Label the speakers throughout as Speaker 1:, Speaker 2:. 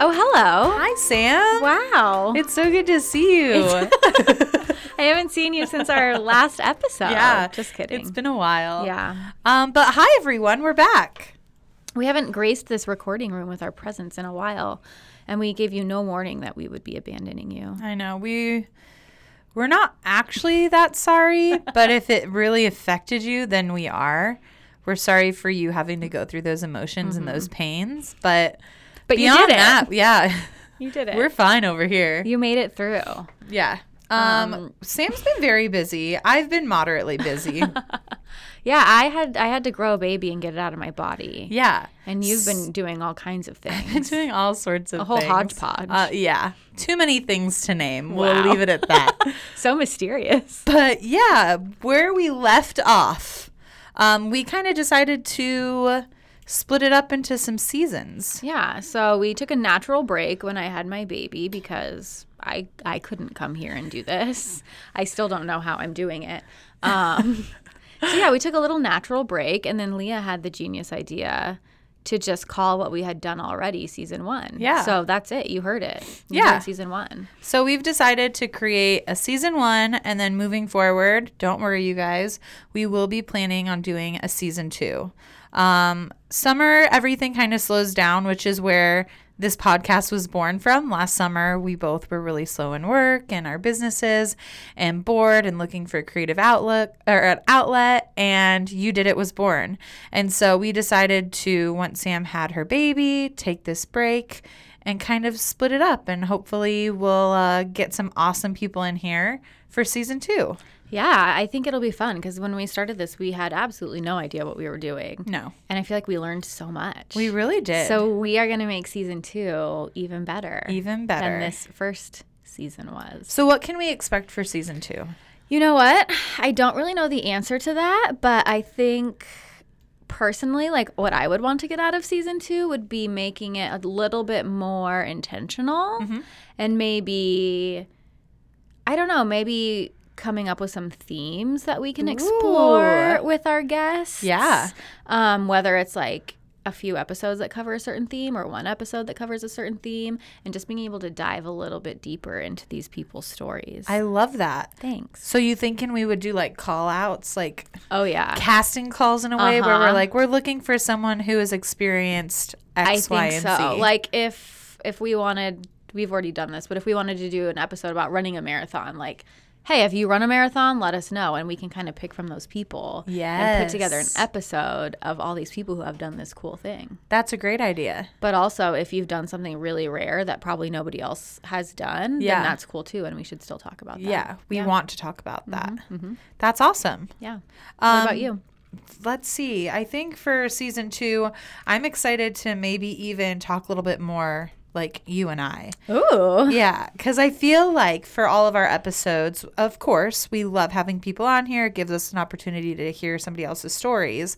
Speaker 1: Oh, hello.
Speaker 2: Hi, Sam.
Speaker 1: Wow.
Speaker 2: It's so good to see you.
Speaker 1: I haven't seen you since our last episode. Just kidding.
Speaker 2: Oh, It's been a while.
Speaker 1: yeah.
Speaker 2: Um, but hi, everyone. We're back.
Speaker 1: We haven't graced this recording room with our presence in a while, and we gave you no warning that we would be abandoning you.
Speaker 2: I know we we're not actually that sorry, but if it really affected you, then we are. We're sorry for you having to go through those emotions and those pains, but
Speaker 1: But you
Speaker 2: beyond
Speaker 1: did it.
Speaker 2: that, yeah,
Speaker 1: You did
Speaker 2: we're fine over here.
Speaker 1: you made it through.
Speaker 2: Yeah. Um, Sam's been very busy. I've been moderately busy.
Speaker 1: Yeah, I had I had to grow a baby and get it out of my body.
Speaker 2: yeah.
Speaker 1: And you've been doing all kinds of
Speaker 2: Been
Speaker 1: things.
Speaker 2: doing all sorts of
Speaker 1: A whole
Speaker 2: things.
Speaker 1: hodgepodge.
Speaker 2: Uh, yeah, too many things to name.
Speaker 1: Wow.
Speaker 2: We'll leave it at that.
Speaker 1: so mysterious.
Speaker 2: but yeah, where we left off, um, we kind of decided to split it up into some seasons.
Speaker 1: Yeah, so we took a natural break when I had my baby because I I couldn't come here and do this. I still don't know how I'm doing it. Um, so yeah, we took a little natural break, and then Leah had the genius idea to just call what we had done already season one.
Speaker 2: Yeah.
Speaker 1: So that's it. You heard it. You
Speaker 2: Yeah.
Speaker 1: heard Season one.
Speaker 2: So we've decided to create a season one, and then moving forward, don't worry, you guys, we will be planning on doing a season two. Um, summer, everything kind of slows down, which is where this podcast was born from. Last summer, we both were really slow in work and our businesses, and bored and looking for a creative outlook or an outlet. And you did it was born, and so we decided to once Sam had her baby, take this break and kind of split it up. And hopefully, we'll uh, get some awesome people in here for season two.
Speaker 1: Yeah, I think it'll be fun because when we started this, we had absolutely no idea what we were doing,
Speaker 2: No,
Speaker 1: and I feel like we learned so much.
Speaker 2: we really did.
Speaker 1: so we are gonna make season two even better.
Speaker 2: even better.
Speaker 1: than this first season was.
Speaker 2: so, what can we expect for season two?
Speaker 1: You know what? I don't really know the answer to that, but I think personally, like what I would want to get out of season two would be making it a little bit more intentional and maybe, I don't know, maybe coming up with some themes that we can explore with our guests.
Speaker 2: Yeah.
Speaker 1: Um, whether it's like, a few episodes that cover a certain theme, or one episode that covers a certain theme, and just being able to dive a little bit deeper into these people's stories.
Speaker 2: I love that.
Speaker 1: Thanks.
Speaker 2: So, you thinking we would do like call outs, like
Speaker 1: Oh yeah.
Speaker 2: casting calls in a way where
Speaker 1: Uh-huh.
Speaker 2: we're like, we're looking for someone who has experienced
Speaker 1: I
Speaker 2: X,
Speaker 1: think
Speaker 2: Y, and
Speaker 1: so.
Speaker 2: Z.
Speaker 1: Like if if we wanted we've already done this, but if we wanted to do an episode about running a marathon, like hey, if you run a marathon, let us know and we can kind of pick from those people and put together an
Speaker 2: Yes.
Speaker 1: episode of all these people who have done this cool thing.
Speaker 2: That's a great idea.
Speaker 1: But also if you've done something really rare that probably nobody else has done,
Speaker 2: Yeah.
Speaker 1: then that's cool too and we should still talk about that.
Speaker 2: Yeah, we want to talk about that. That's awesome. Um,
Speaker 1: Yeah. Mm-hmm. What about you?
Speaker 2: let's see. I think for season two, I'm excited to maybe even talk a little bit more like you and I.
Speaker 1: Ooh.
Speaker 2: Yeah, because I feel like for all of our episodes, of course, we love having people on here. It gives us an opportunity to hear somebody else's stories.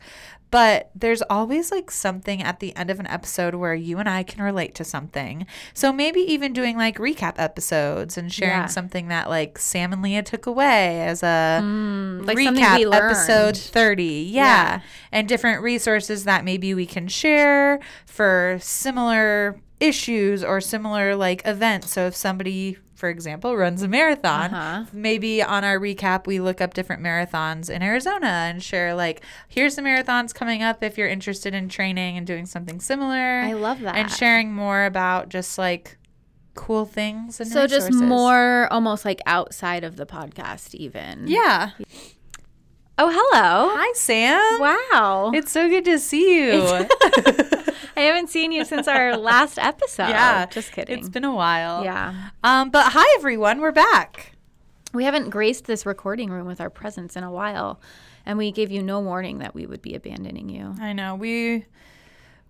Speaker 2: But there's always like something at the end of an episode where you and I can relate to something. So maybe even doing like recap episodes and sharing
Speaker 1: Yeah.
Speaker 2: something that like Sam and Leah took away as a
Speaker 1: Hmm, Like something
Speaker 2: recap
Speaker 1: we learned.
Speaker 2: episode 30 yeah.
Speaker 1: Yeah.
Speaker 2: and different resources that maybe we can share for similar issues or similar like events so if somebody for example runs a marathon
Speaker 1: Uh-huh.
Speaker 2: maybe on our recap we look up different marathons in arizona and share like here's the marathons coming up if you're interested in training and doing something similar
Speaker 1: I love that.
Speaker 2: and sharing more about just like cool things and
Speaker 1: so just
Speaker 2: resources.
Speaker 1: more almost like outside of the podcast even.
Speaker 2: yeah
Speaker 1: Oh, hello.
Speaker 2: hi sam
Speaker 1: Wow.
Speaker 2: It's so good to see you.
Speaker 1: I haven't seen you since our last episode.
Speaker 2: Yeah.
Speaker 1: Oh, Just kidding.
Speaker 2: it's been a while.
Speaker 1: yeah.
Speaker 2: Um, but hi everyone, we're back.
Speaker 1: We haven't graced this recording room with our presence in a while, and we gave you no warning that we would be abandoning you.
Speaker 2: I know we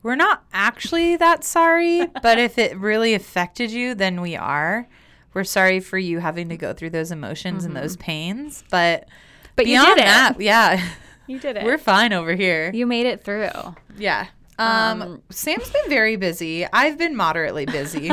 Speaker 2: we're not actually that sorry, but if it really affected you, then we are. We're sorry for you having to go through those emotions and those pains, but
Speaker 1: But Mm-hmm. you
Speaker 2: beyond
Speaker 1: did it.
Speaker 2: that, yeah,
Speaker 1: You did it.
Speaker 2: we're fine over here.
Speaker 1: you made it through.
Speaker 2: Yeah. Um, Sam's been very busy. I've been moderately busy.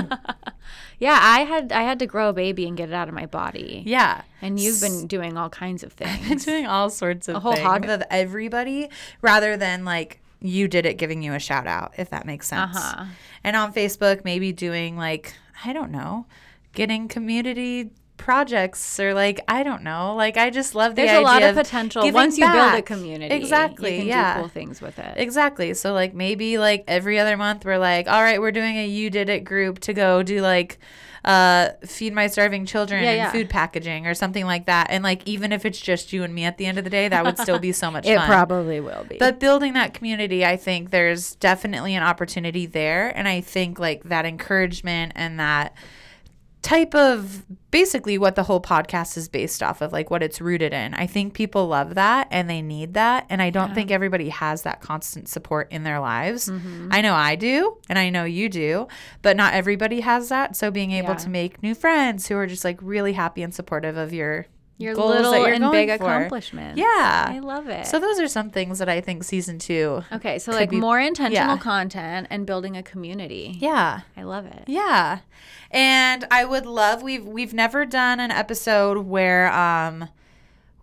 Speaker 1: Yeah, I had I had to grow a baby and get it out of my body.
Speaker 2: yeah.
Speaker 1: And you've been doing all kinds of things.
Speaker 2: doing all sorts of
Speaker 1: whole
Speaker 2: things
Speaker 1: hog-
Speaker 2: of everybody rather than like you did it giving you a shout out, if that makes sense.
Speaker 1: Uh-huh.
Speaker 2: And on Facebook, maybe doing like, I don't know, getting community projects or like, I don't know. Like, I just love the
Speaker 1: There's a
Speaker 2: idea
Speaker 1: lot of
Speaker 2: of
Speaker 1: potential
Speaker 2: giving
Speaker 1: once you build a
Speaker 2: back.
Speaker 1: community.
Speaker 2: Exactly,
Speaker 1: You can
Speaker 2: yeah.
Speaker 1: do cool things with it.
Speaker 2: Exactly. So like maybe like every other month we're like, all right, we're doing a you did it group to go do like uh feed my starving children
Speaker 1: Yeah,
Speaker 2: and
Speaker 1: yeah.
Speaker 2: food packaging or something like that. And like even if it's just you and me at the end of the day, that would still be so much
Speaker 1: it
Speaker 2: fun.
Speaker 1: probably will be.
Speaker 2: But building that community, I think there's definitely an opportunity there. And I think like that encouragement and that type of basically what the whole podcast is based off of, like what it's rooted in. I think people love that and they need that. And I don't think everybody has that constant support in their lives.
Speaker 1: Mm-hmm.
Speaker 2: I know I do, and I know you do, but not everybody has that. So being able
Speaker 1: Yeah.
Speaker 2: to make new friends who are just like really happy and supportive of your
Speaker 1: your
Speaker 2: goals that
Speaker 1: little
Speaker 2: you're
Speaker 1: and
Speaker 2: going
Speaker 1: big
Speaker 2: for.
Speaker 1: accomplishments.
Speaker 2: Yeah.
Speaker 1: I love it.
Speaker 2: So those are some things that I think season two.
Speaker 1: okay, so like
Speaker 2: be-
Speaker 1: more intentional
Speaker 2: yeah.
Speaker 1: content and building a community.
Speaker 2: Yeah.
Speaker 1: I love it.
Speaker 2: Yeah. And I would love we've we've never done an episode where um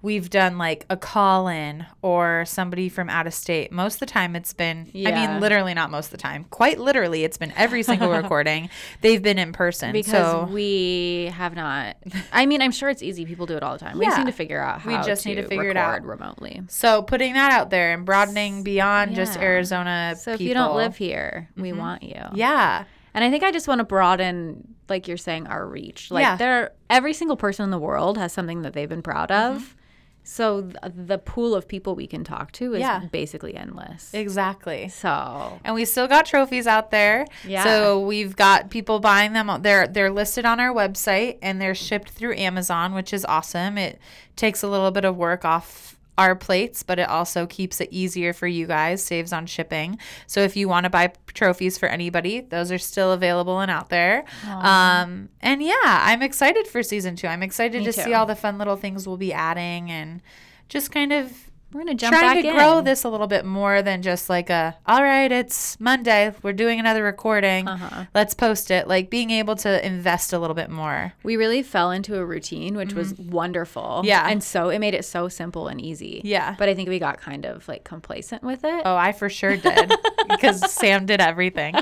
Speaker 2: we've done like a call in or somebody from out of state. Most of the time it's been I
Speaker 1: Yeah.
Speaker 2: mean literally not most of the time. Quite literally it's been every single recording. They've been in person.
Speaker 1: Because
Speaker 2: so
Speaker 1: we have not. I mean, I'm sure it's easy. People do it all the time. We just
Speaker 2: Yeah.
Speaker 1: need to figure out how
Speaker 2: We just need to figure it out.
Speaker 1: record remotely.
Speaker 2: so putting that out there and broadening beyond just
Speaker 1: Yeah.
Speaker 2: Arizona
Speaker 1: So if you don't
Speaker 2: people. Mm-hmm.
Speaker 1: live here, we want you.
Speaker 2: Yeah.
Speaker 1: And I think I just want to broaden, like you're saying, our reach. Like
Speaker 2: Yeah.
Speaker 1: there, every single person in the world has something that they've been proud
Speaker 2: Mm-hmm.
Speaker 1: of. So th- the pool of people we can talk to is
Speaker 2: Yeah.
Speaker 1: basically endless.
Speaker 2: Exactly.
Speaker 1: so
Speaker 2: and we still got trophies out there.
Speaker 1: Yeah.
Speaker 2: So we've got people buying them. They're they're listed on our website and they're shipped through Amazon, which is awesome. It takes a little bit of work off our plates, but it also keeps it easier for you guys, saves on shipping. So if you want to buy trophies for anybody, those are still available and out there. Um, and yeah, I'm excited for season two. I'm excited
Speaker 1: Me
Speaker 2: to
Speaker 1: too.
Speaker 2: see all the fun little things we'll be adding and just kind of
Speaker 1: we're gonna jump
Speaker 2: trying
Speaker 1: back
Speaker 2: to
Speaker 1: in.
Speaker 2: grow this a little bit more than just like a all right it's monday we're doing another recording
Speaker 1: Uh-huh.
Speaker 2: let's post it like being able to invest a little bit more
Speaker 1: We really fell into a routine, which was wonderful.
Speaker 2: Mm-hmm. Yeah.
Speaker 1: and so it made it so simple and easy.
Speaker 2: Yeah.
Speaker 1: but I think we got kind of like complacent with it.
Speaker 2: oh i for sure did because sam did everything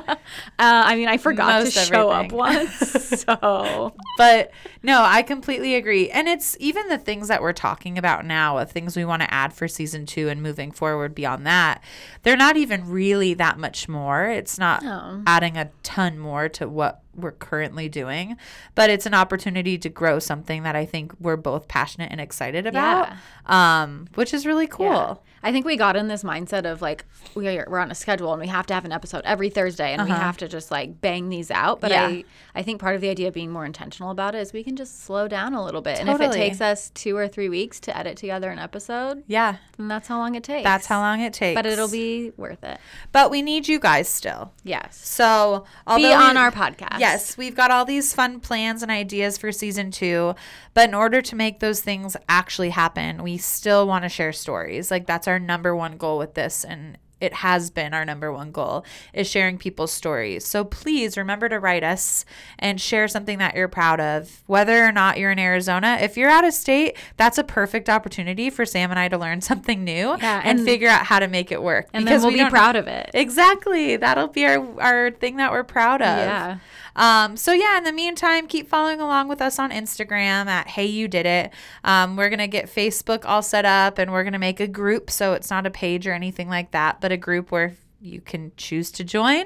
Speaker 1: Uh, I mean, I forgot
Speaker 2: Most
Speaker 1: to show up
Speaker 2: everything.
Speaker 1: once. So
Speaker 2: but no i completely agree and it's even the things that we're talking about now of things we want to add for season two and moving forward beyond that they're not even really that much more it's not
Speaker 1: No.
Speaker 2: adding a ton more to what we're currently doing, but it's an opportunity to grow something that I think we're both passionate and excited about, um, which is really cool.
Speaker 1: Yeah. I think we got in this mindset of like we are, we're on a schedule and we have to have an episode every Thursday and we have to just like bang these out. But
Speaker 2: Uh-huh. Yeah.
Speaker 1: I I think part of the idea of being more intentional about it is we can just slow down a little bit. And if it
Speaker 2: Totally.
Speaker 1: takes us two or three weeks to edit together an episode,
Speaker 2: Yeah,
Speaker 1: then that's how long it takes.
Speaker 2: that's how long it takes.
Speaker 1: But it'll be worth it.
Speaker 2: But we need you guys still.
Speaker 1: Yes.
Speaker 2: So although
Speaker 1: Be on
Speaker 2: we-
Speaker 1: our podcast.
Speaker 2: Yes, we've got all these fun plans and ideas for season two, but in order to make those things actually happen, we still want to share stories. Like that's our number one goal with this, and it has been our number one goal is sharing people's stories. So please remember to write us and share something that you're proud of, whether or not you're in Arizona. If you're out of state, that's a perfect opportunity for Sam and I to learn something new
Speaker 1: Yeah,
Speaker 2: and,
Speaker 1: and-
Speaker 2: figure out how to make it work.
Speaker 1: And then we'll be
Speaker 2: don't-
Speaker 1: proud of it.
Speaker 2: Exactly. That'll be our, our thing that we're proud of.
Speaker 1: Yeah.
Speaker 2: Um, so yeah, in the meantime, keep following along with us on Instagram at Hey You Did It. Um, we're gonna get Facebook all set up and we're gonna make a group so it's not a page or anything like that, but a group where you can choose to join.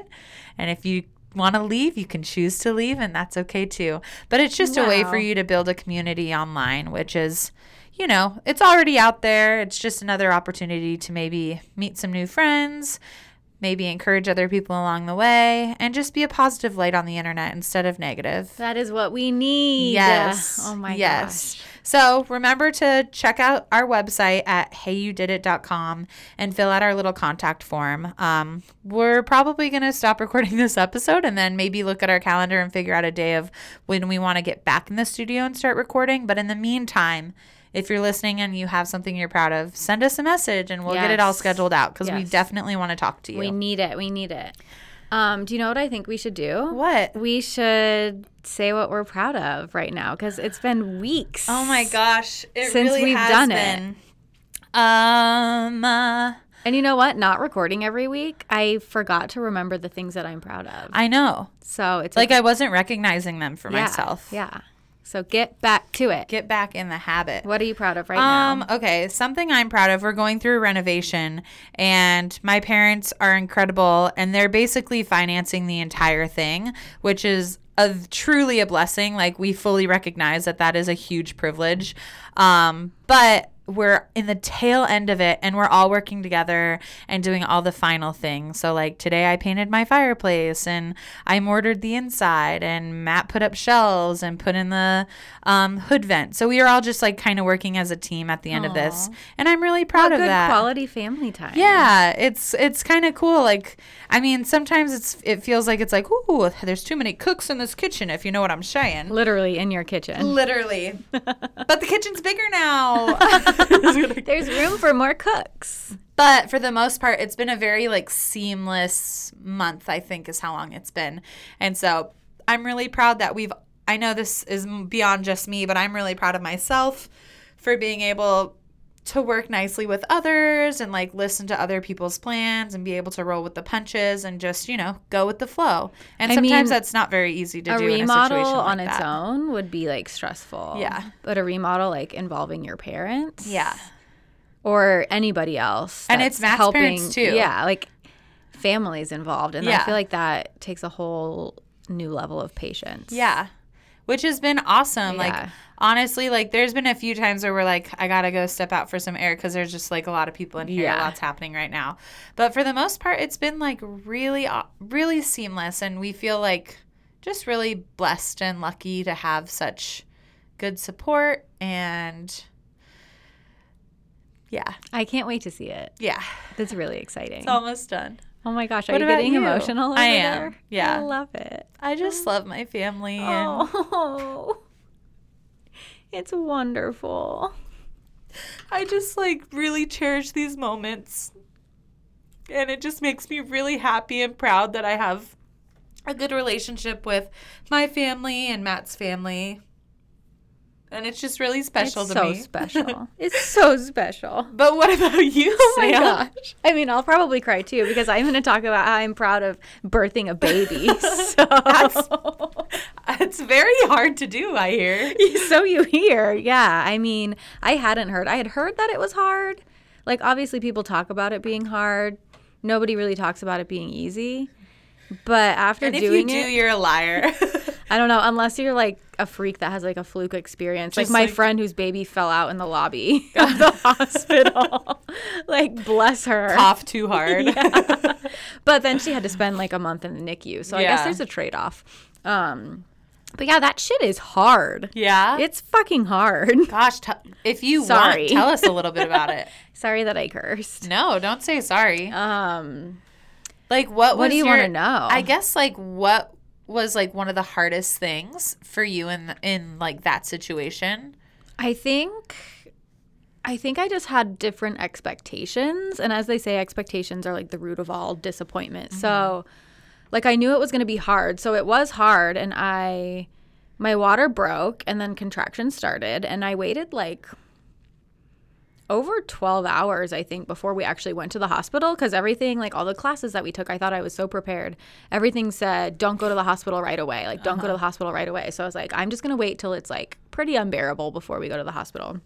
Speaker 2: And if you want to leave, you can choose to leave, and that's okay too. But it's just a way
Speaker 1: Wow.
Speaker 2: for you to build a community online, which is you know, it's already out there. It's just another opportunity to maybe meet some new friends, maybe encourage other people along the way, and just be a positive light on the internet instead of negative.
Speaker 1: That is what we need.
Speaker 2: Yes.
Speaker 1: Oh my
Speaker 2: yes.
Speaker 1: gosh.
Speaker 2: So remember to check out our website at heyyoudidit.com and fill out our little contact form. Um, we're probably going to stop recording this episode and then maybe look at our calendar and figure out a day of when we want to get back in the studio and start recording. But in the meantime, if you're listening and you have something you're proud of, send us a message and we'll get it all
Speaker 1: Yes.
Speaker 2: scheduled out because we
Speaker 1: Yes.
Speaker 2: definitely want to talk to you.
Speaker 1: We need it. We need it. Um, do you know what I think we should do?
Speaker 2: what?
Speaker 1: We should say what we're proud of right now because it's been weeks.
Speaker 2: Oh my gosh! It
Speaker 1: Since
Speaker 2: really
Speaker 1: we've
Speaker 2: has
Speaker 1: done it.
Speaker 2: been. Um, uh,
Speaker 1: And you know what? Not recording every week, I forgot to remember the things that I'm proud of.
Speaker 2: I know.
Speaker 1: So it's
Speaker 2: Like I wasn't recognizing them for
Speaker 1: yeah,
Speaker 2: myself.
Speaker 1: Yeah. So get back to it.
Speaker 2: Get back in the habit.
Speaker 1: what are you proud of right now?
Speaker 2: Um, okay, something I'm proud of. We're going through a renovation and my parents are incredible and they're basically financing the entire thing, which is a, truly a blessing. Like we fully recognize that that is a huge privilege. Um, but we're in the tail end of it and we're all working together and doing all the final things. So like today I painted my fireplace and I mortared the inside and Matt put up shelves and put in the um, hood vent. So we are all just like kind of working as a team at the end of this. And I'm really proud
Speaker 1: What
Speaker 2: of
Speaker 1: good
Speaker 2: that.
Speaker 1: quality family time.
Speaker 2: Yeah, it's it's kind of cool. Like, I mean, sometimes it's it feels like it's like, ooh, there's too many cooks in this kitchen. If you know what I'm saying.
Speaker 1: Literally in your kitchen.
Speaker 2: Literally. but the kitchen's bigger now.
Speaker 1: There's room for more cooks.
Speaker 2: but for the most part, it's been a very like seamless month, I think is how long it's been. And so I'm really proud that we've I know this is m- beyond just me, but I'm really proud of myself for being able to work nicely with others and like listen to other people's plans and be able to roll with the punches and just, you know, go with the flow. And
Speaker 1: I
Speaker 2: sometimes
Speaker 1: mean,
Speaker 2: that's not very easy to
Speaker 1: A
Speaker 2: do in a
Speaker 1: remodel
Speaker 2: situation
Speaker 1: on
Speaker 2: like
Speaker 1: its
Speaker 2: that.
Speaker 1: own would be like stressful.
Speaker 2: Yeah.
Speaker 1: But a remodel like involving your parents.
Speaker 2: Yeah.
Speaker 1: Or anybody else.
Speaker 2: And it's
Speaker 1: that's
Speaker 2: Matt's parents, too.
Speaker 1: Yeah. Like families involved. And
Speaker 2: Yeah.
Speaker 1: I feel like that takes a whole new level of patience.
Speaker 2: Yeah. Which has been awesome. Like
Speaker 1: Yeah.
Speaker 2: honestly, like there's been a few times where we're like, I gotta go step out for some air because there's just like a lot of people in here.
Speaker 1: Yeah.
Speaker 2: Lots happening right now. But for the most part, it's been like really, aw- really seamless, and we feel like just really blessed and lucky to have such good support and yeah,
Speaker 1: I can't wait to see it.
Speaker 2: yeah,
Speaker 1: That's really exciting.
Speaker 2: it's almost done.
Speaker 1: oh my gosh, are
Speaker 2: What
Speaker 1: you
Speaker 2: about
Speaker 1: getting
Speaker 2: you?
Speaker 1: emotional? Over
Speaker 2: I am,
Speaker 1: there?
Speaker 2: yeah.
Speaker 1: I love it.
Speaker 2: I just love my family and
Speaker 1: Oh, it's wonderful.
Speaker 2: I just like really cherish these moments. And it just makes me really happy and proud that I have a good relationship with my family and Matt's family. And it's just really special
Speaker 1: it's
Speaker 2: to
Speaker 1: so
Speaker 2: me.
Speaker 1: special. It's so special.
Speaker 2: but what about you?
Speaker 1: Oh my
Speaker 2: Sam?
Speaker 1: gosh. I mean, I'll probably cry too because I'm going to talk about how I'm proud of birthing a baby. So,
Speaker 2: It's very hard to do, I hear.
Speaker 1: so you hear. Yeah. I mean, I hadn't heard. I had heard that it was hard. Like, obviously, people talk about it being hard. Nobody really talks about it being easy. But after
Speaker 2: And if you
Speaker 1: doing
Speaker 2: do,
Speaker 1: it,
Speaker 2: you're a liar.
Speaker 1: I don't know, unless you're like a freak that has like a fluke experience.
Speaker 2: Just
Speaker 1: like my
Speaker 2: like-
Speaker 1: friend whose baby fell out in the lobby of the hospital. like bless her.
Speaker 2: Cough too hard.
Speaker 1: But then she had to spend like a month in the NICU. So I
Speaker 2: Yeah.
Speaker 1: guess there's a trade off. Um but yeah, that shit is hard.
Speaker 2: Yeah?
Speaker 1: It's fucking hard.
Speaker 2: Gosh, t- if you
Speaker 1: Sorry.
Speaker 2: want, tell us a little bit about it.
Speaker 1: Sorry that I cursed.
Speaker 2: No, don't say sorry.
Speaker 1: Um
Speaker 2: Like what?
Speaker 1: What
Speaker 2: was
Speaker 1: do you
Speaker 2: your-
Speaker 1: wanna know?
Speaker 2: I guess like what was like one of the hardest things for you in in like that situation?
Speaker 1: I think I think I just had different expectations and as they say expectations are like the root of all disappointment. So like I knew it was going to be hard. So it was hard and I my water broke and then contractions started and I waited like over 12 hours I think before we actually went to the hospital cuz everything like all the classes that we took I thought I was so prepared. Everything said don't go to the hospital right away. Like don't go to the hospital right away. So I was like I'm just going to wait till it's like pretty unbearable before we go to the hospital.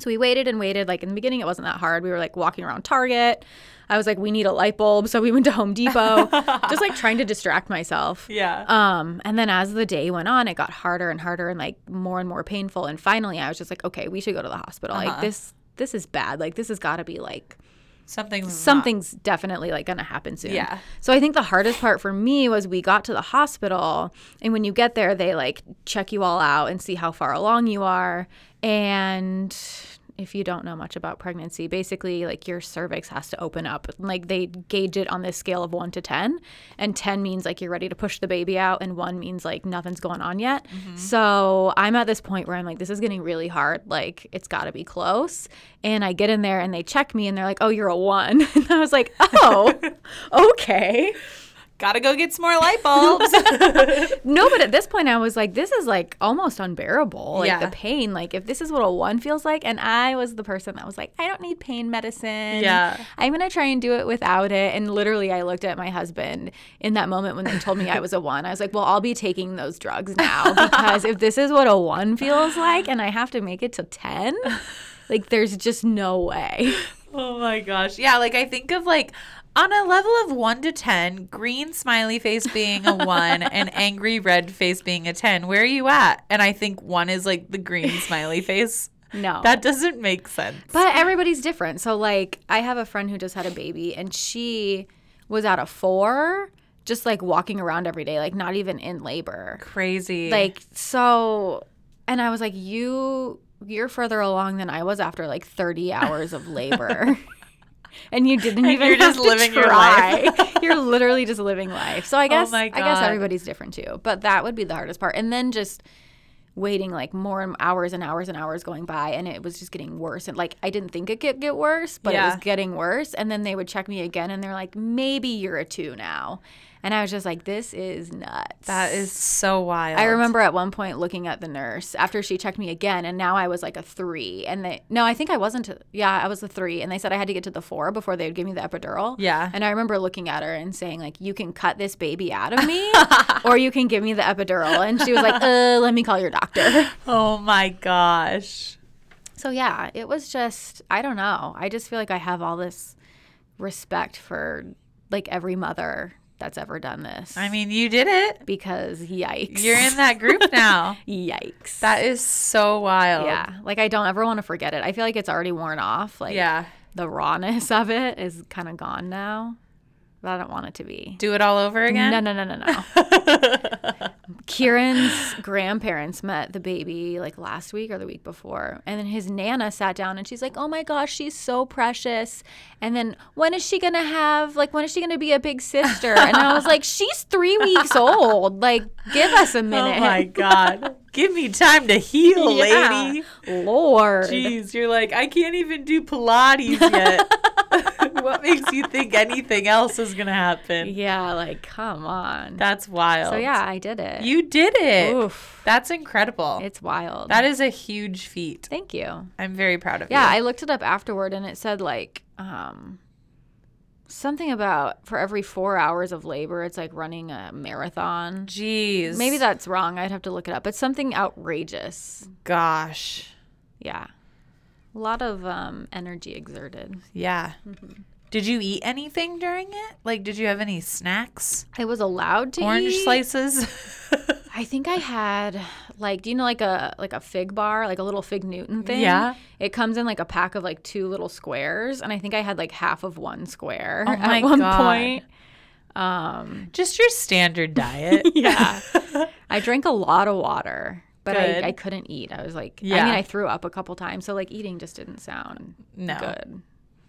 Speaker 1: So we waited and waited. Like in the beginning, it wasn't that hard. We were like walking around Target. I was like, we need a light bulb. So we went to Home Depot, just like trying to distract myself.
Speaker 2: Yeah.
Speaker 1: Um, and then as the day went on, it got harder and harder and like more and more painful. And finally, I was just like, okay, we should go to the hospital. Like this, this is bad. Like this has got to be like
Speaker 2: Something's
Speaker 1: something's definitely like gonna happen soon.
Speaker 2: Yeah.
Speaker 1: So I think the hardest part for me was we got to the hospital, and when you get there, they like check you all out and see how far along you are. And if you don't know much about pregnancy, basically like your cervix has to open up. Like they gauge it on this scale of one to ten, and ten means like you're ready to push the baby out, and one means like nothing's going on yet. So I'm at this point where I'm like, this is getting really hard. Like it's got to be close. And I get in there and they check me, and they're like, oh, you're a one. And I was like, oh, okay.
Speaker 2: gotta go get some more light bulbs.
Speaker 1: No, but at this point, I was like, this is like almost unbearable. Like
Speaker 2: Yeah.
Speaker 1: the pain. Like if this is what a one feels like, and I was the person that was like, I don't need pain medicine.
Speaker 2: Yeah.
Speaker 1: I'm gonna try and do it without it. And literally, I looked at my husband in that moment when they told me I was a one. I was like, well, I'll be taking those drugs now because if this is what a one feels like, and I have to make it to ten, like there's just no way.
Speaker 2: oh my gosh. Yeah, like I think of like on a level of one to ten, green smiley face being a one and angry red face being a ten. Where are you at? And I think one is like the green smiley face.
Speaker 1: No.
Speaker 2: That doesn't make sense.
Speaker 1: But everybody's different. So like I have a friend who just had a baby and she was out of four, just like walking around every day, like not even in labor.
Speaker 2: Crazy.
Speaker 1: Like so and I was like, You you're further along than I was after like thirty hours of labor. And you didn't
Speaker 2: And
Speaker 1: even
Speaker 2: you're
Speaker 1: have
Speaker 2: just
Speaker 1: to
Speaker 2: living your
Speaker 1: try.
Speaker 2: life. Oh
Speaker 1: you're literally just living life. So I guess
Speaker 2: my
Speaker 1: I guess
Speaker 2: God.
Speaker 1: everybody's different too. But that would be the hardest part. And then just waiting like more and hours and hours and hours going by and it was just getting worse and like i didn't think it could get worse but it
Speaker 2: Yeah.
Speaker 1: was getting worse and then they would check me again and they're like maybe you're a two now and i was just like this is nuts
Speaker 2: that is so wild.
Speaker 1: i remember at one point looking at the nurse after she checked me again and now i was like a three and they no i think i wasn't a- yeah i was a three and they said i had to get to the four before they would give me the epidural
Speaker 2: Yeah.
Speaker 1: and i remember looking at her and saying like you can cut this baby out of me or you can give me the epidural and she was like uh let me call your doctor
Speaker 2: Oh my gosh.
Speaker 1: So yeah, it was just I don't know. I just feel like I have all this respect for like every mother that's ever done this.
Speaker 2: I mean, you did it.
Speaker 1: because yikes.
Speaker 2: You're in that group now.
Speaker 1: yikes.
Speaker 2: that is so wild.
Speaker 1: yeah. Like I don't ever want to forget it. I feel like it's already worn off. Like
Speaker 2: Yeah.
Speaker 1: the rawness of it is kind of gone now. But I don't want it to be.
Speaker 2: Do it all over again?
Speaker 1: No, no, no, no, no. Kieran's grandparents met the baby like last week or the week before. And then his nana sat down and she's like, Oh my gosh, she's so precious. And then when is she gonna have like when is she gonna be a big sister? And I was like, She's three weeks old. Like, give us a minute.
Speaker 2: Oh my god. Give me time to heal,
Speaker 1: Yeah.
Speaker 2: lady.
Speaker 1: Lord.
Speaker 2: Jeez, you're like, I can't even do Pilates yet. what makes you think anything else is gonna happen?
Speaker 1: Yeah, like come on.
Speaker 2: That's wild.
Speaker 1: so yeah, I did it.
Speaker 2: You did it.
Speaker 1: Oof.
Speaker 2: That's incredible.
Speaker 1: It's wild.
Speaker 2: that is a huge feat.
Speaker 1: Thank you.
Speaker 2: I'm very proud of
Speaker 1: Yeah,
Speaker 2: you.
Speaker 1: I looked it up afterward and it said like um something about for every 4 hours of labor it's like running a marathon.
Speaker 2: Jeez.
Speaker 1: Maybe that's wrong. I'd have to look it up. But something outrageous.
Speaker 2: gosh.
Speaker 1: Yeah. A lot of um energy exerted.
Speaker 2: Yeah.
Speaker 1: Mm-hmm.
Speaker 2: Did you eat anything during it? Like, did you have any snacks?
Speaker 1: I was allowed to
Speaker 2: Orange
Speaker 1: eat-
Speaker 2: slices?
Speaker 1: I think I had like do you know like a like a fig bar, like a little fig Newton thing?
Speaker 2: Yeah.
Speaker 1: It comes in like a pack of like two little squares and I think I had like half of one square
Speaker 2: Oh my
Speaker 1: at one
Speaker 2: God.
Speaker 1: point. Um
Speaker 2: Just your standard diet.
Speaker 1: Yeah. I drank a lot of water, but
Speaker 2: Good.
Speaker 1: I, I couldn't eat. I was like, I
Speaker 2: Yeah.
Speaker 1: mean, I threw up a couple times. So, like, eating just didn't sound
Speaker 2: No.
Speaker 1: good,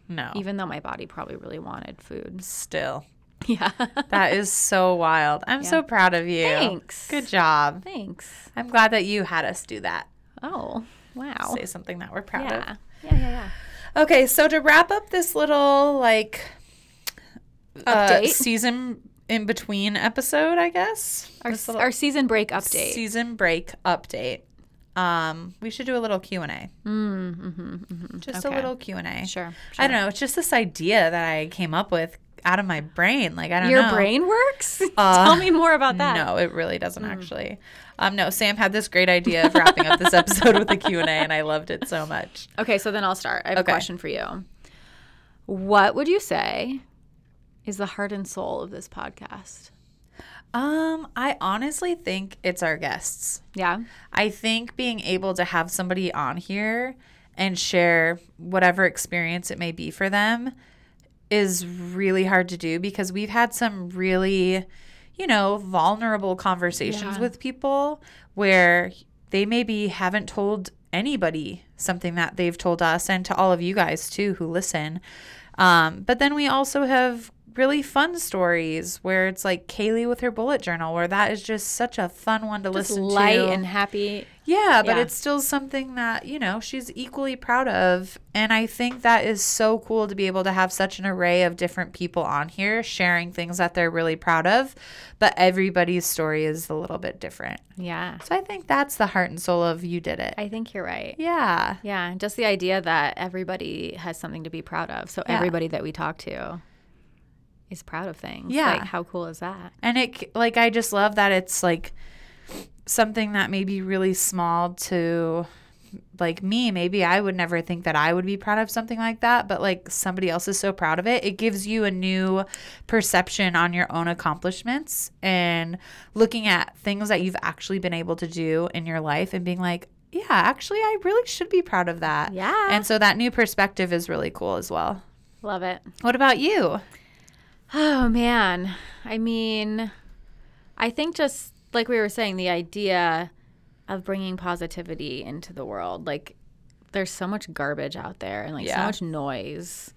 Speaker 2: No.
Speaker 1: even though my body probably really wanted food.
Speaker 2: Still.
Speaker 1: Yeah.
Speaker 2: That is so wild. I'm so proud of you.
Speaker 1: Thanks.
Speaker 2: Good job.
Speaker 1: Thanks.
Speaker 2: I'm glad that you had us do that.
Speaker 1: Oh, wow.
Speaker 2: Say something that we're proud of.
Speaker 1: Yeah. Yeah, yeah,
Speaker 2: Okay, so to wrap up this little like uh,
Speaker 1: Update?
Speaker 2: season in between episode, I guess
Speaker 1: yeah.
Speaker 2: This
Speaker 1: Our,
Speaker 2: little
Speaker 1: our season break update.
Speaker 2: season break update. Um, we should do a little Q and A.
Speaker 1: Mm,
Speaker 2: Just a
Speaker 1: mm-hmm, Okay.
Speaker 2: little Q and A.
Speaker 1: sure.
Speaker 2: I don't know. It's just this idea that I came up with out of my brain. Like I don't
Speaker 1: Your
Speaker 2: know.
Speaker 1: brain Mm. works?
Speaker 2: Uh,
Speaker 1: Tell me more about that.
Speaker 2: No, it really doesn't actually. Um, no, Sam had this great idea of wrapping up this episode with a Q&A and I loved it so much.
Speaker 1: Okay, so then I'll start. I have
Speaker 2: Okay.
Speaker 1: a question for you. What would you say is the heart and soul of this podcast?
Speaker 2: Um, I honestly think it's our guests.
Speaker 1: Yeah.
Speaker 2: I think being able to have somebody on here and share whatever experience it may be for them is really hard to do because we've had some really, you know, vulnerable conversations
Speaker 1: Yeah.
Speaker 2: with people where they maybe haven't told anybody something that they've told us and to all of you guys too who listen. Um, but then we also have really fun stories where it's like Kaylee with her bullet journal, where that is just such a fun one to
Speaker 1: Just
Speaker 2: listen
Speaker 1: light
Speaker 2: to
Speaker 1: and happy.
Speaker 2: Yeah, but
Speaker 1: Yeah.
Speaker 2: it's still something that, you know, she's equally proud of. And I think that is so cool to be able to have such an array of different people on here sharing things that they're really proud of. But everybody's story is a little bit different.
Speaker 1: Yeah.
Speaker 2: So I think that's the heart and soul of You Did It.
Speaker 1: I think you're right.
Speaker 2: yeah.
Speaker 1: Yeah, just the idea that everybody has something to be proud of. So
Speaker 2: Yeah.
Speaker 1: everybody that we talk to is proud of things.
Speaker 2: Yeah.
Speaker 1: Like, how cool is that?
Speaker 2: And it, c- like, I just love that it's like something that may be really small to, like, me. Maybe I would never think that I would be proud of something like that, but like, somebody else is so proud of it. It gives you a new perception on your own accomplishments and looking at things that you've actually been able to do in your life and being like, yeah, actually, I really should be proud of that.
Speaker 1: Yeah.
Speaker 2: And so that new perspective is really cool as well.
Speaker 1: Love it.
Speaker 2: What about you?
Speaker 1: Oh, man. I mean, I think just like we were saying, the idea of bringing positivity into the world, like, there's so much garbage out there and like so
Speaker 2: Yeah.
Speaker 1: much noise.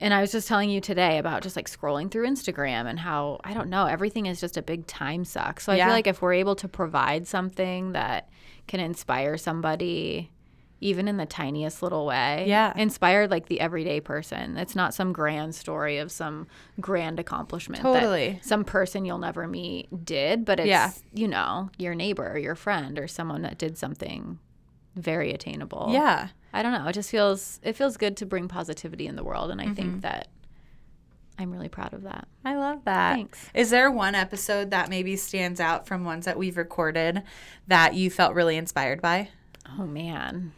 Speaker 1: And I was just telling you today about just like scrolling through Instagram and how I don't know, everything is just a big time suck. So I
Speaker 2: Yeah.
Speaker 1: feel like if we're able to provide something that can inspire somebody, even in the tiniest little way,
Speaker 2: Yeah.
Speaker 1: inspire like the everyday person. It's not some grand story of some grand accomplishment. that
Speaker 2: Totally.
Speaker 1: some person you'll never meet did, but it's,
Speaker 2: Yeah.
Speaker 1: you know, your neighbor or your friend or someone that did something very attainable.
Speaker 2: Yeah.
Speaker 1: I don't know. It just feels it feels good to bring positivity in the world, and I
Speaker 2: Mm-hmm.
Speaker 1: think that I'm really proud of that.
Speaker 2: I love that. Is
Speaker 1: Thanks.
Speaker 2: there one episode that maybe stands out from ones that we've recorded that you felt really inspired by?
Speaker 1: Oh man,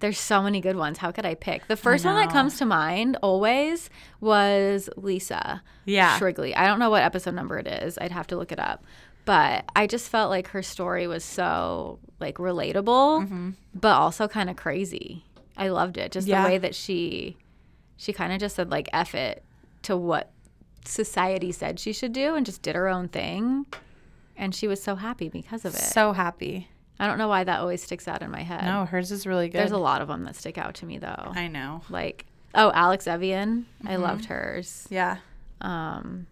Speaker 1: there's so many good ones. How could I pick? The first one that comes to mind always was Lisa.
Speaker 2: Yeah.
Speaker 1: Shrigley. I don't know what episode number it is. I'd have to look it up. But I just felt like her story was so like relatable, but also kind of crazy. I loved it. Just
Speaker 2: Mm-hmm. Yeah.
Speaker 1: the way that she she kind of just said like F it to what society said she should do and just did her own thing. And she was so happy because of it.
Speaker 2: So happy.
Speaker 1: I don't know why that always sticks out in my head.
Speaker 2: No, hers is really good.
Speaker 1: There's a lot of them that stick out to me though.
Speaker 2: I Mm-hmm. know.
Speaker 1: Like, oh, Alex Evian. I loved hers.
Speaker 2: Yeah.
Speaker 1: Um,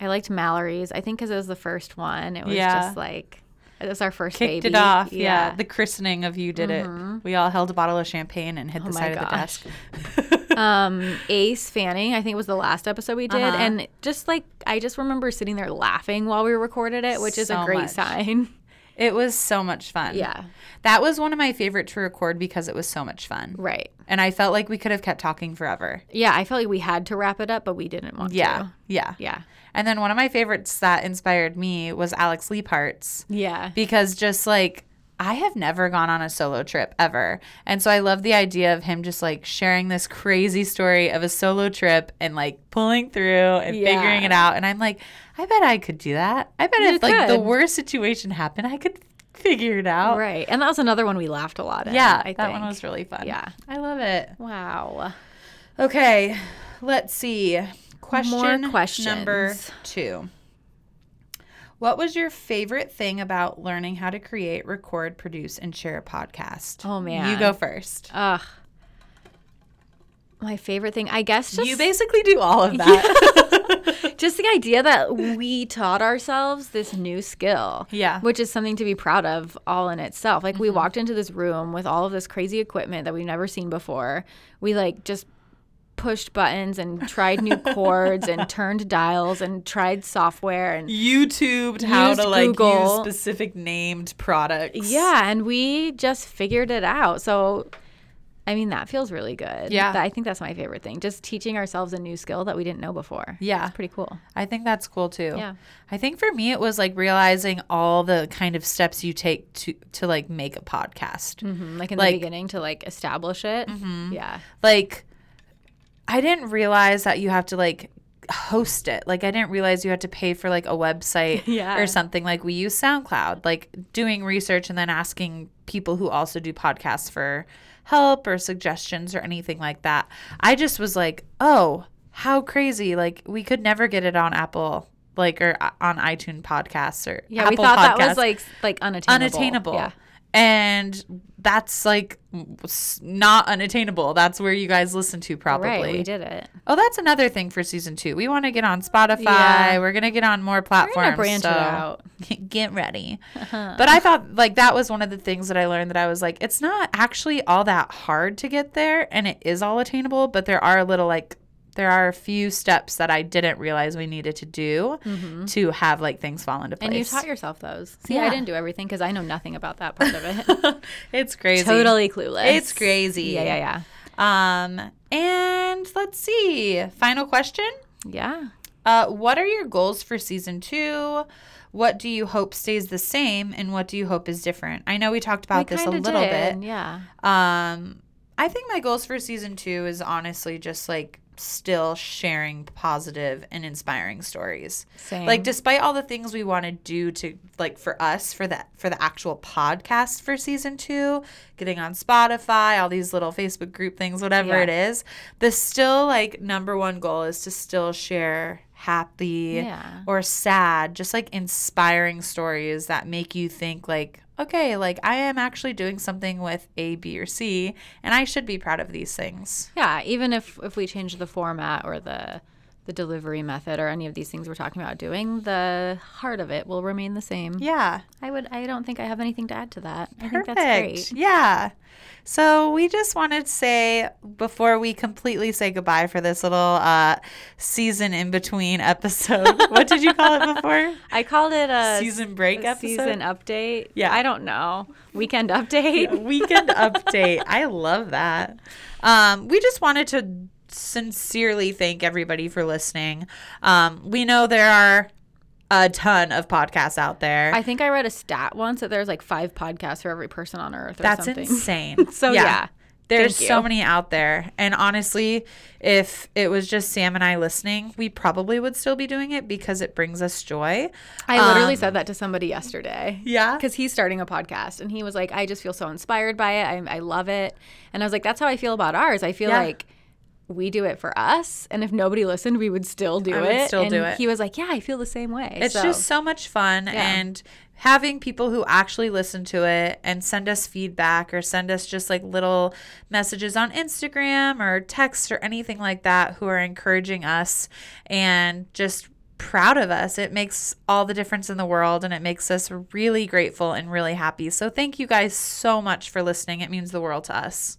Speaker 1: I liked Mallory's. I think because it was the first one. It was
Speaker 2: Yeah.
Speaker 1: just like it was our first
Speaker 2: Kicked
Speaker 1: baby. Mm-hmm.
Speaker 2: it off. Yeah. The christening of you did it. We all held a bottle of champagne and hit the
Speaker 1: Oh my
Speaker 2: side
Speaker 1: gosh.
Speaker 2: of
Speaker 1: um, Ace Fanning. I think it was the last episode we did,
Speaker 2: Uh-huh.
Speaker 1: and just like I just remember sitting there laughing while we recorded it, which is
Speaker 2: So
Speaker 1: a great
Speaker 2: much.
Speaker 1: sign.
Speaker 2: the desk. It was so much fun.
Speaker 1: yeah.
Speaker 2: That was one of my favorite to record because it was so much fun.
Speaker 1: Right.
Speaker 2: And I felt like we could have kept talking forever.
Speaker 1: Yeah. I felt like we had to wrap it up, but we didn't want
Speaker 2: Yeah.
Speaker 1: to.
Speaker 2: Yeah.
Speaker 1: Yeah.
Speaker 2: And then one of my favorites that inspired me was Alex Leapart's.
Speaker 1: Yeah.
Speaker 2: because just like I have never gone on a solo trip ever. And so I love the idea of him just like sharing this crazy story of a solo trip and like pulling through and
Speaker 1: Yeah.
Speaker 2: figuring it out. And I'm like, I bet I could do that. I bet
Speaker 1: You
Speaker 2: if like the
Speaker 1: could.
Speaker 2: worst situation happened, I could figure it out.
Speaker 1: Right. And that was another one we laughed a lot at.
Speaker 2: Yeah,
Speaker 1: I
Speaker 2: that
Speaker 1: think.
Speaker 2: one was really fun.
Speaker 1: Yeah.
Speaker 2: I love it.
Speaker 1: Wow.
Speaker 2: Okay, let's see. Question
Speaker 1: questions.
Speaker 2: number two. What was your favorite thing about learning how to create, record, produce, and share a podcast?
Speaker 1: Oh, man.
Speaker 2: you go first.
Speaker 1: Ugh. My favorite thing, I guess, just
Speaker 2: you basically do all of that.
Speaker 1: just the idea that we taught ourselves this new skill
Speaker 2: Yeah. Mm-hmm.
Speaker 1: which is something to be proud of all in itself like we walked into this room with all of this crazy equipment that we've never seen before we like just pushed buttons and tried new chords and turned dials and tried software and
Speaker 2: YouTubed how
Speaker 1: Used
Speaker 2: to like use
Speaker 1: Google.
Speaker 2: specific named products.
Speaker 1: yeah and we just figured it out so i mean that feels really good
Speaker 2: Yeah.
Speaker 1: That- i think that's my favorite thing just teaching ourselves a new skill that we didn't know before
Speaker 2: Yeah.
Speaker 1: it's pretty cool
Speaker 2: I think that's cool too.
Speaker 1: Yeah.
Speaker 2: I think for me it was like realizing all the kind of steps you take to to like make a podcast.
Speaker 1: Mhm. like in
Speaker 2: Like- Mm-hmm.
Speaker 1: the beginning to like establish it yeah
Speaker 2: like I didn't realize that you have to like host it. Like I didn't realize you had to pay for like a website
Speaker 1: Yeah.
Speaker 2: or something. Like we use SoundCloud, like doing research and then asking people who also do podcasts for help or suggestions or anything like that. I just was like, "Oh, how crazy. Like we could never get it on Apple like or uh, on iTunes podcasts or
Speaker 1: Yeah, we
Speaker 2: Apple
Speaker 1: thought that
Speaker 2: Podcasts.
Speaker 1: was like like unattainable.
Speaker 2: unattainable.
Speaker 1: Yeah.
Speaker 2: and that's like s- not unattainable. That's where you guys listen to probably.
Speaker 1: Right, we did it.
Speaker 2: Oh, that's another thing for season two. We want to get on Spotify.
Speaker 1: Yeah.
Speaker 2: We're gonna get on more platforms.
Speaker 1: branch it
Speaker 2: so
Speaker 1: out. Uh-huh.
Speaker 2: Get ready. But I thought like that was one of the things that I learned that I was like, it's not actually all that hard to get there, and it is all attainable. But there are little like there are a few steps that I didn't realize we needed to do to have like things fall into place.
Speaker 1: Mm-hmm. And you taught yourself those. See,
Speaker 2: Yeah.
Speaker 1: I didn't do everything because I know nothing about that part of it.
Speaker 2: it's crazy.
Speaker 1: totally clueless.
Speaker 2: It's crazy.
Speaker 1: Yeah, yeah, yeah.
Speaker 2: Um, and let's see. Final question.
Speaker 1: Yeah.
Speaker 2: Uh, what are your goals for season two? What do you hope stays the same, and what do you hope is different? I know we talked about this a
Speaker 1: kinda
Speaker 2: little
Speaker 1: did,
Speaker 2: bit.
Speaker 1: Yeah.
Speaker 2: Um, I think my goals for season two is honestly just like still sharing positive and inspiring stories.
Speaker 1: Same.
Speaker 2: Like despite all the things we want to do to like for us for that for the actual podcast for season 2, getting on Spotify, all these little Facebook group things, whatever
Speaker 1: Yeah.
Speaker 2: it is, the still like number one goal is to still share happy
Speaker 1: Yeah.
Speaker 2: or sad, just like inspiring stories that make you think like okay, like I am actually doing something with A, B or C and I should be proud of these things.
Speaker 1: Yeah, even if if we change the format or the the delivery method or any of these things we're talking about doing, the heart of it will remain the same.
Speaker 2: Yeah.
Speaker 1: I would I don't think I have anything to add to that. I think
Speaker 2: Perfect.
Speaker 1: that's great.
Speaker 2: Yeah. So we just wanted to say before we completely say goodbye for this little uh, season in between episode. what did you call it before?
Speaker 1: I called it a
Speaker 2: Season break episode.
Speaker 1: season update.
Speaker 2: Yeah.
Speaker 1: I don't know. Weekend update.
Speaker 2: Weekend update. I love that. Um, we just wanted to sincerely thank everybody for listening. Um, we know there are a ton of podcasts out there.
Speaker 1: I think I read a stat once that there's like five podcasts for every person on earth or
Speaker 2: That's
Speaker 1: something.
Speaker 2: insane.
Speaker 1: So, yeah.
Speaker 2: There's
Speaker 1: Thank
Speaker 2: so
Speaker 1: you.
Speaker 2: many out there. And honestly, if it was just Sam and I listening, we probably would still be doing it because it brings us joy.
Speaker 1: I literally said that to somebody yesterday.
Speaker 2: Um, Yeah.
Speaker 1: Because he's starting a podcast and he was like, I just feel so inspired by it. I, I love it. And I was like, that's how I feel about ours. I feel
Speaker 2: Yeah.
Speaker 1: like we do it for us. And if nobody listened, we would still do
Speaker 2: I
Speaker 1: it.
Speaker 2: would still
Speaker 1: And
Speaker 2: do it.
Speaker 1: He was like, yeah, I feel the same way.
Speaker 2: It's
Speaker 1: So,
Speaker 2: just so much fun and having people who actually listen to it and send us feedback or send us just like little messages on Instagram or texts or anything like that who are encouraging us and just proud of us. It makes all the difference in the world and it makes us really grateful and really happy. So thank you guys so much for listening. It means the world to us.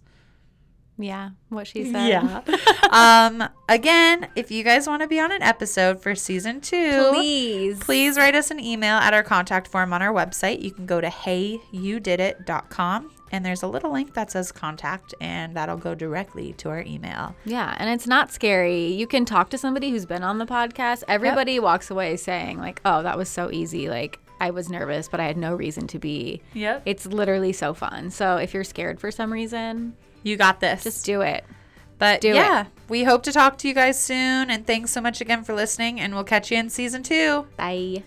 Speaker 1: yeah, what she said.
Speaker 2: um again, if you guys want to be on an episode for season 2,
Speaker 1: Please.
Speaker 2: Please write us an email at our contact form on our website. You can go to heyyoudidit.com and there's a little link that says contact and that'll go directly to our email.
Speaker 1: Yeah, and it's not scary. You can talk to somebody who's been on the podcast. Everybody walks away saying like, "Oh, that was so easy. Like, I was nervous, but I had no reason to be."
Speaker 2: Yep.
Speaker 1: It's literally so fun. So, if you're scared for some reason,
Speaker 2: You got this.
Speaker 1: just do it.
Speaker 2: but
Speaker 1: do
Speaker 2: yeah, we hope to talk to you guys soon and thanks so much again for listening and we'll catch you in season 2.
Speaker 1: Bye.